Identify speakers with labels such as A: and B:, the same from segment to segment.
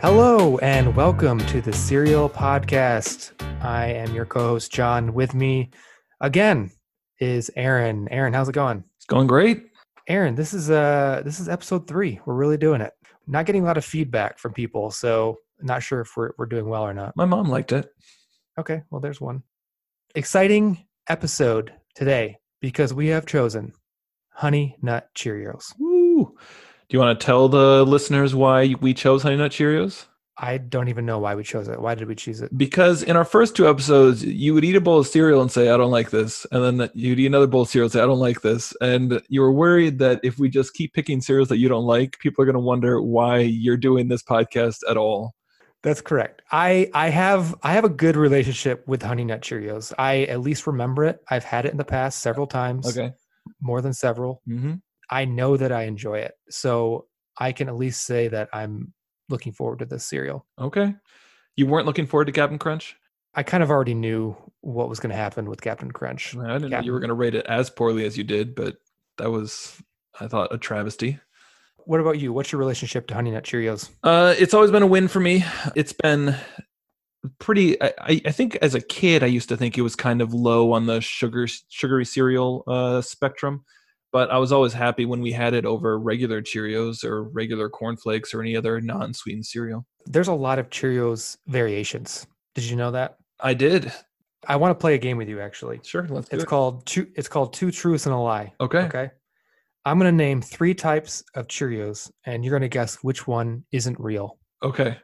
A: Hello and welcome to the Serial Podcast. I am your co-host John. With me again is Aaron. Aaron, how's it going?
B: It's going great.
A: Aaron, this is uh this is episode three. We're really doing it. Not getting a lot of feedback from people, so not sure if we're we're doing well or not.
B: My mom liked it.
A: Okay, well there's one. Exciting episode today because we have chosen Honey Nut Cheerios.
B: Woo. Do you want to tell the listeners why we chose Honey Nut Cheerios?
A: I don't even know why we chose it. Why did we choose it?
B: Because in our first two episodes, you would eat a bowl of cereal and say, I don't like this. And then you'd eat another bowl of cereal and say, I don't like this. And you were worried that if we just keep picking cereals that you don't like, people are going to wonder why you're doing this podcast at all.
A: That's correct. I I have I have a good relationship with Honey Nut Cheerios. I at least remember it. I've had it in the past several times,
B: Okay.
A: more than several.
B: Mm-hmm.
A: I know that I enjoy it. So I can at least say that I'm looking forward to this cereal.
B: Okay. You weren't looking forward to Captain Crunch?
A: I kind of already knew what was going to happen with Captain Crunch.
B: I didn't know
A: Captain-
B: you were going to rate it as poorly as you did, but that was, I thought, a travesty.
A: What about you? What's your relationship to Honey Nut Cheerios?
B: Uh, it's always been a win for me. It's been pretty. I- I, I think as a kid, I used to think it was kind of low on the sugar sugary cereal uh, spectrum, but I was always happy when we had it over regular Cheerios or regular cornflakes or any other non-sweetened cereal.
A: There's a lot of Cheerios variations. Did you know that?
B: I did.
A: I want to play a game with you actually.
B: Sure, let's do
A: It's
B: it.
A: called two it's called two truths and a lie.
B: okay.
A: Okay. I'm going to name three types of Cheerios, and you're going to guess which one isn't real.
B: Okay.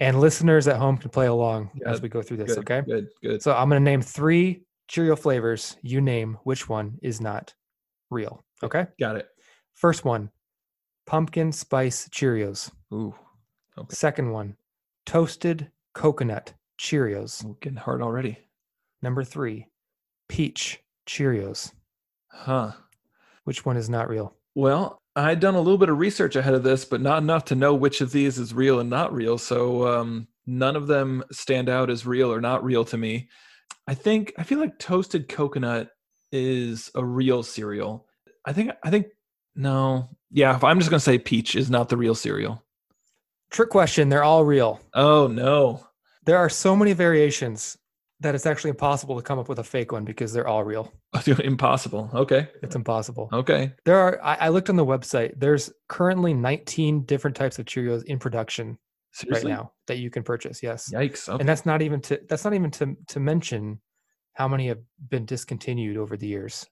A: And listeners at home can play along
B: Yeah,
A: as we go through this.
B: Good.
A: okay.
B: Good. Good.
A: So I'm going to name three Cheerio flavors. You name which one is not real. Okay.
B: Got it.
A: First one, pumpkin spice Cheerios.
B: Ooh,
A: Second one, toasted coconut Cheerios.
B: I'm getting hard already.
A: Number three, peach Cheerios.
B: Huh.
A: Which one is not real?
B: Well, I'd done a little bit of research ahead of this, but not enough to know which of these is real and not real. So um, none of them stand out as real or not real to me. I think I feel like toasted coconut is a real cereal. I think I think no, yeah. If I'm just gonna say peach is not the real cereal.
A: Trick question. They're all real.
B: Oh no.
A: There are so many variations that it's actually impossible to come up with a fake one because they're all real.
B: Impossible. Okay.
A: It's impossible.
B: Okay.
A: There are, I, I looked on the website, there's currently 19 different types of Cheerios in production
B: Seriously.
A: right now that you can purchase. Yes.
B: Yikes. Okay.
A: And that's not even to, that's not even to, to mention how many have been discontinued over the years.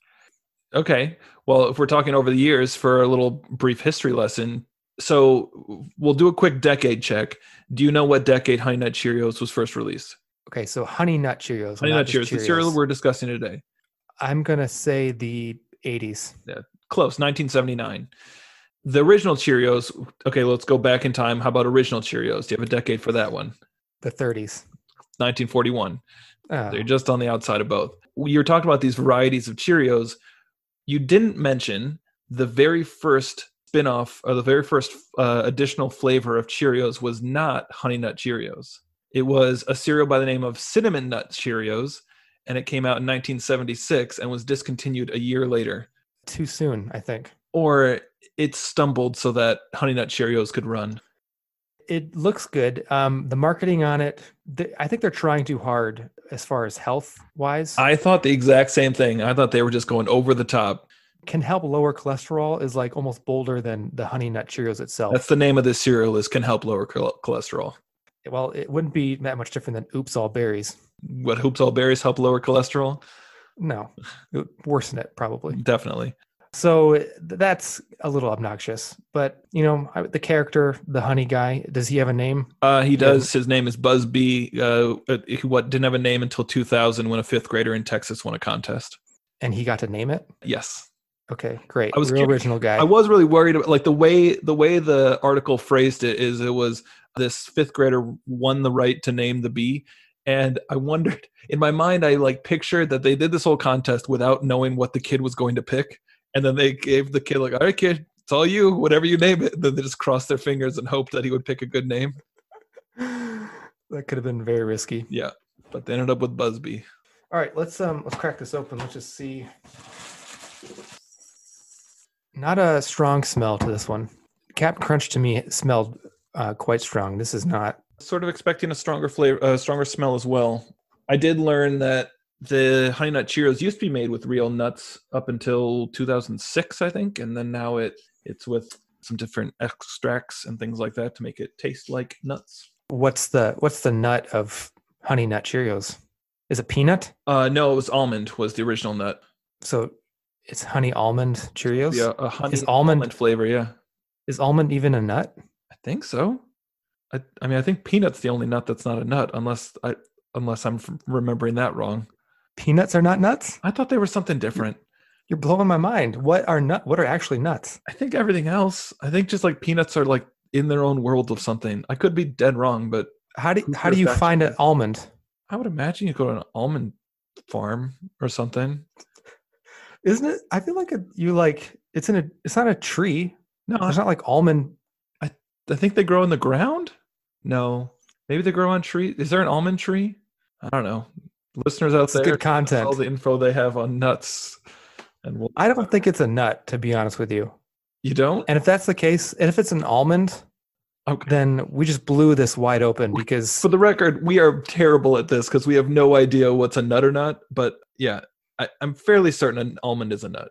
B: Okay. Well, if we're talking over the years for a little brief history lesson, so we'll do a quick decade check. Do you know what decade Honey Nut Cheerios was first released?
A: Okay. So Honey Nut Cheerios.
B: Honey
A: not
B: Nut Cheerios,
A: just
B: the cereal we're discussing today.
A: I'm going to say the 80s.
B: Close, 1979. The original Cheerios, okay, let's go back in time. How about original Cheerios? Do you have a decade for that one?
A: The 30s.
B: 1941.
A: Oh,
B: They're just on the outside of both. You're talking about these varieties of Cheerios. You didn't mention the very first spin-off or the very first uh, additional flavor of Cheerios was not Honey Nut Cheerios. It was a cereal by the name of Cinnamon Nut Cheerios, and it came out in 1976 and was discontinued a year later.
A: too soon, I think.
B: Or it stumbled so that Honey Nut Cheerios could run.
A: it looks good. Um, the marketing on it, th- I think they're trying too hard as far as health wise.
B: I thought the exact same thing. I thought they were just going over the top.
A: Can help lower cholesterol is like almost bolder than the honey nut Cheerios itself.
B: That's the name of this cereal is can help lower chol- cholesterol.
A: well, it wouldn't be that much different than Oops All Berries.
B: what hoops all berries help lower cholesterol
A: No, it would worsen it
B: Mm.
A: probably.
B: definitely
A: So th- that's a little obnoxious. But you know, I, the character, the honey guy, does he have a name?
B: uh, he does his name is busby uh, uh, he what didn't have a name until 2000 when a fifth grader in texas won a contest
A: And he got to name it.
B: yes
A: Okay, great.
B: I was
A: Real
B: curi-
A: original guy.
B: i was really worried about like the way the way the article phrased it is it was this fifth grader won the right to name the bee and i wondered in my mind i like pictured that they did this whole contest without knowing what the kid was going to pick and then they gave the kid like all right kid it's all you whatever you name it then they just crossed their fingers and hoped that he would pick a good name
A: that could have been very risky.
B: Yeah, but they ended up with Busby.
A: All right, let's um let's crack this open. Let's just see. Not a strong smell to this one. Captain Crunch to me smelled uh, quite strong. This is not.
B: Sort of expecting a stronger flavor, uh, stronger smell as well. I did learn that the honey nut Cheerios used to be made with real nuts up until 2006, I think, and then now it it's with some different extracts and things like that to make it taste like nuts.
A: What's the what's the nut of honey nut Cheerios? Is it peanut?
B: Uh, no, it was almond was the original nut.
A: So it's honey almond Cheerios.
B: Yeah, a honey
A: Is almond-
B: flavor. Yeah,
A: Is almond even a nut?
B: I think so. I, I mean, I think peanut's the only nut that's not a nut, unless I unless I'm f- remembering that wrong.
A: Peanuts are not nuts.
B: I thought they were something different.
A: You're blowing my mind. What are nut? What are actually nuts?
B: I think everything else. I think just like peanuts are like in their own world of something. I could be dead wrong, but
A: How do
B: Who
A: how do you
B: cares
A: find an
B: actually?
A: almond?
B: I would imagine you go to an almond farm or something.
A: Isn't it? I feel like a, you like it's in a. It's not a tree.
B: No,
A: It's not like almond.
B: I think they grow in the ground. No, maybe they grow on tree. Is there an almond tree? I don't know. Listeners out
A: It's
B: there,
A: good
B: that's all
A: content.
B: the info they have on nuts, and we'll,
A: I don't think it's a nut, to be honest with you.
B: you don't.
A: And if that's the case, and if it's an almond,
B: Okay.
A: then we just blew this wide open because
B: For the record, we are terrible at this because we have no idea what's a nut or not. But yeah, I, I'm fairly certain an almond is a nut.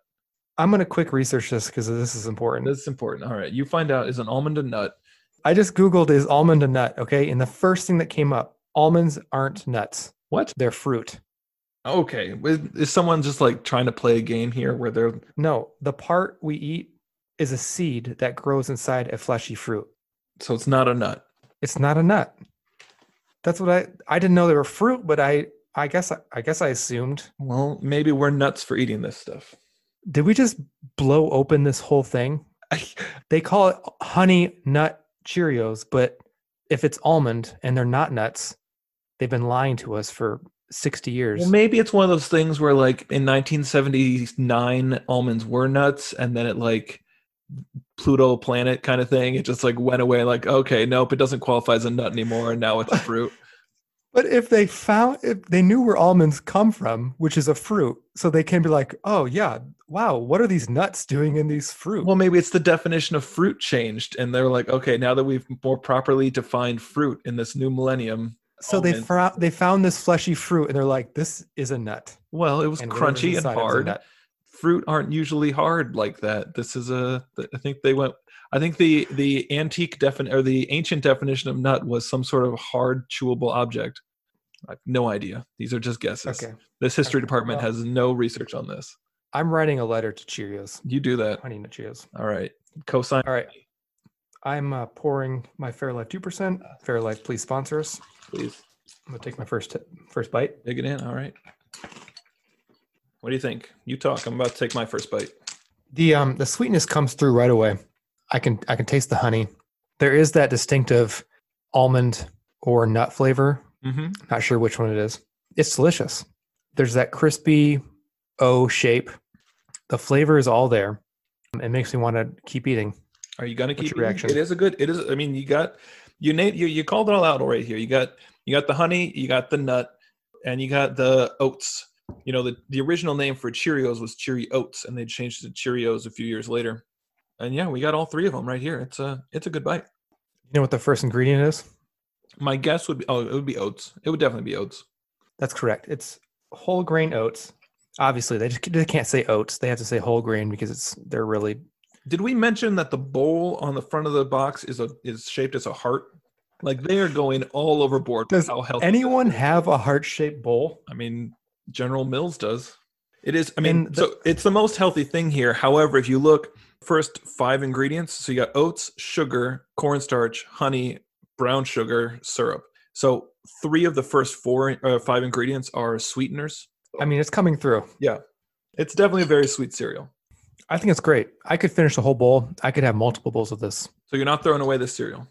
A: I'm going to quick research this because this is important.
B: That's important. All right, you find out is an almond a nut?
A: I just Googled is almond a nut? Okay. And the first thing that came up almonds aren't nuts,
B: What?
A: they're fruit.
B: Okay, is, is someone just like trying to play a game here where they're
A: No, the part we eat is a seed that grows inside a fleshy fruit.
B: so it's not a nut?
A: It's not a nut. That's what I I didn't know they were fruit, but I I guess I guess I assumed.
B: Well, maybe we're nuts for eating this stuff.
A: Did we just blow open this whole thing? They call it honey nut Cheerios, but if it's almond and they're not nuts, they've been lying to us for 60 years.
B: Well, maybe it's one of those things where, like, in 1979, almonds were nuts, and then it like Pluto planet kind of thing. It just like went away. Like, okay, nope, it doesn't qualify as a nut anymore, and now it's a fruit.
A: But if they found if they knew where almonds come from, which is a fruit, so they can be like, "Oh yeah, wow, what are these nuts doing in these fruit?"
B: well, maybe it's the definition of fruit changed, and they're like, okay, now that we've more properly defined fruit in this new millennium,
A: so they
B: almonds.
A: found they found this fleshy fruit, and they're like, "This is a nut."
B: well, it was
A: And whatever's
B: crunchy and
A: inside it was a
B: hard.
A: nut.
B: Fruit aren't usually hard like that. This is a. I think they went. I think the the antique defin or the ancient definition of nut was some sort of hard chewable object. I have no idea. These are just guesses.
A: Okay,
B: This history
A: Okay,
B: department
A: well-
B: has no research on this.
A: I'm writing a letter to Cheerios,
B: You do that.
A: honey nut Cheerios.
B: All right. Cosine.
A: All right, I'm uh, pouring my Fairlife two percent. Fairlife, please sponsor us.
B: Please
A: I'm gonna take my first t- first bite.
B: dig it in. All right. What do you think? You talk. I'm about to take my first bite.
A: The um the sweetness comes through right away. I can I can taste the honey. There is that distinctive almond or nut flavor.
B: Mm-hmm.
A: Not sure which one it is. It's delicious. There's that crispy O shape. The flavor is all there. It makes me want to keep eating.
B: Are you gonna
A: What's
B: keep
A: your
B: eating?
A: reaction?
B: It is a good. It is. I mean, you got you Nate. You you called it all out already here. You got you got the honey. You got the nut, and you got the oats. You know the the original name for Cheerios was Cheery Oats, and they changed it to Cheerios a few years later. And yeah, we got all three of them right here. It's a it's a good bite.
A: You know what the first ingredient is?
B: My guess would be oh it would be oats. It would definitely be oats.
A: That's correct. It's whole grain oats. Obviously, they just they can't say oats. They have to say whole grain because it's they're really
B: Did we mention that the bowl on the front of the box is a is shaped as a heart? Like they are going all overboard. with
A: Does
B: how healthy this
A: anyone
B: is.
A: have a heart-shaped bowl?
B: I mean, General Mills does. It is. I mean,
A: And the-
B: so it's the most healthy thing here. However, if you look first five ingredients, so you got oats, sugar, cornstarch, honey, brown sugar, syrup. So three of the first four, uh, five ingredients are sweeteners.
A: I mean, it's coming through.
B: It's definitely a very sweet cereal.
A: I think it's great. I could finish the whole bowl. I could have multiple bowls of this.
B: So you're not throwing away this cereal.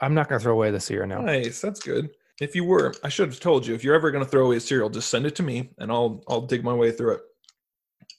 A: I'm not going to throw away this year now.
B: Nice, that's good. If you were, I should have told you. If you're ever going to throw away a cereal, just send it to me, and I'll I'll dig my way through it.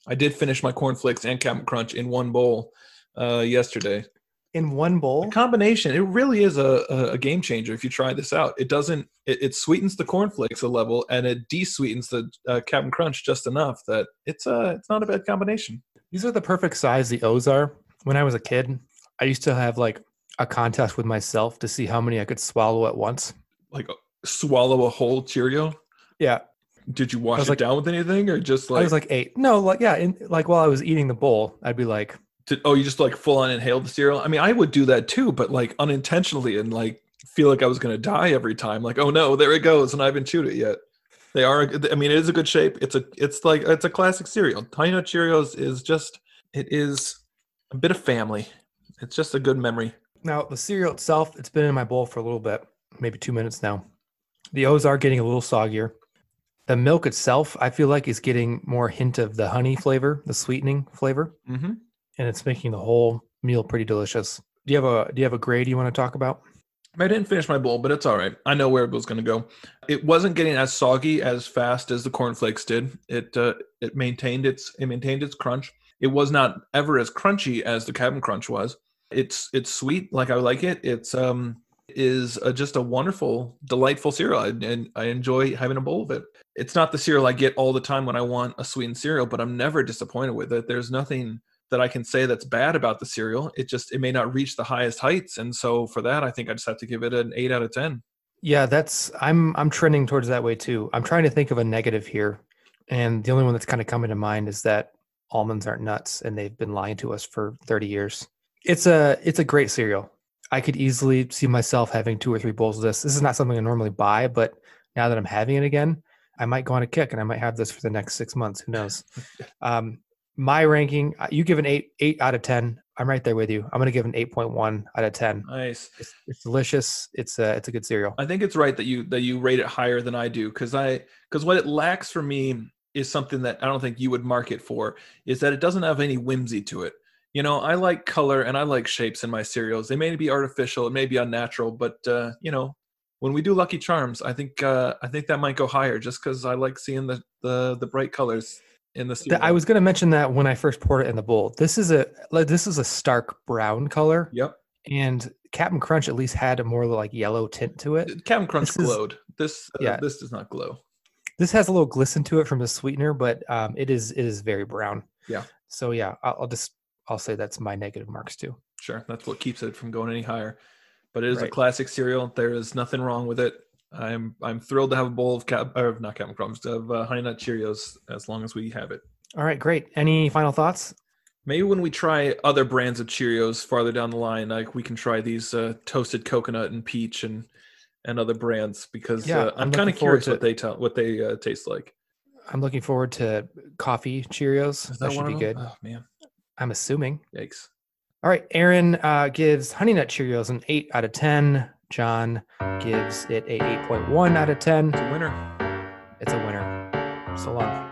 B: I did finish my cornflakes and Captain Crunch in one bowl uh, yesterday.
A: In one
B: The
A: bowl,
B: combination, it really is a, a, a game changer. If you try this out, it doesn't. It, it sweetens the cornflakes a level, and it de-sweetens the uh, Captain Crunch just enough that it's uh it's not a bad combination.
A: these are the perfect size the O's are. When I was a kid, I used to have like a contest with myself to see how many I could swallow at once.
B: Like swallow a whole Cheerio?
A: Yeah.
B: Did you
A: I
B: wash
A: was
B: it
A: like-
B: down with anything or just
A: I
B: like,
A: was like eight. No, like yeah, in, like while I was eating the bowl, I'd be like,
B: did- oh, you just like full on inhale the cereal? I mean, I would do that too, but like unintentionally and like feel like I was going to die every time. Like, oh no, there it goes. And I haven't chewed it yet. They are, I mean, it is a good shape. It's a, it's like, it's a classic cereal. Tiny Nut Cheerios is just, it is a bit of family. It's just a good memory.
A: Now, the cereal itself, it's been in my bowl for a little bit, maybe two minutes now. The O's are getting a little soggier. The milk itself, I feel like, is getting more hint of the honey flavor, the sweetening flavor,
B: Mm-hmm.
A: and it's making the whole meal pretty delicious. Do you have a Do you have a grade you want to talk about?
B: I didn't finish my bowl, but it's all right. I know where it was going to go. It wasn't getting as soggy as fast as the cornflakes did. It uh, it maintained its it maintained its crunch. It was not ever as crunchy as the cabin crunch was. It's it's sweet like I like it. It's um is uh just a wonderful, delightful cereal, and, and I enjoy having a bowl of it. It's not the cereal I get all the time when I want a sweetened cereal, but I'm never disappointed with it. There's nothing that I can say that's bad about the cereal. It just it may not reach the highest heights, and so for that, I think I just have to give it an eight out of ten.
A: Yeah, that's I'm I'm trending towards that way too. I'm trying to think of a negative here, and the only one that's kind of coming to mind is that almonds aren't nuts, and they've been lying to us for 30 years. It's a it's a great cereal. I could easily see myself having two or three bowls of this. This is not something I normally buy, but now that I'm having it again, I might go on a kick, and I might have this for the next six months. Who knows? Um, my ranking, uh, you give an eight eight out of ten. I'm right there with you. I'm gonna give an 8.1 out of 10.
B: Nice.
A: It's, it's delicious. It's a it's a good cereal.
B: I think it's right that you that you rate it higher than I do because I because what it lacks for me is something that I don't think you would mark it for is that it doesn't have any whimsy to it. You know, I like color and I like shapes in my cereals. They may be artificial, it may be unnatural, but uh, you know, when we do Lucky Charms, I think uh, I think that might go higher just because I like seeing the the the bright colors in the
A: Th-
B: cereal.
A: I was going to mention that when I first poured it in the bowl. This is a like, this is a stark brown color,
B: yep.
A: and Captain Crunch at least had a more like yellow tint to it.
B: Captain Crunch
A: This is-
B: glowed. This uh,
A: Yeah.
B: this does not glow.
A: This has a little glisten to it from the sweetener, but um, it is it is very brown.
B: Yeah.
A: So yeah, I'll, I'll just I'll say that's my negative marks too.
B: Sure, that's what keeps it from going any higher. But it is a
A: Right.
B: classic cereal. There is nothing wrong with it. I'm I'm thrilled to have a bowl of cap or not Captain Crunch of uh, Honey Nut Cheerios as long as we have it.
A: All right, great. Any final thoughts?
B: Maybe when we try other brands of Cheerios farther down the line, like we can try these uh, toasted coconut and peach and and other brands because
A: Yeah,
B: uh,
A: I'm
B: I'm, kind
A: looking
B: of
A: forward
B: curious
A: to
B: what
A: it.
B: they tell what they uh, taste like.
A: I'm looking forward to coffee Cheerios.
B: Is
A: That,
B: that,
A: should
B: one
A: be
B: of them?
A: good.
B: Oh man,
A: I'm assuming.
B: yikes!
A: All right, Aaron uh, gives Honey Nut Cheerios an eight out of ten. John gives it a eight point one out of ten.
B: It's a winner.
A: It's a winner. So long.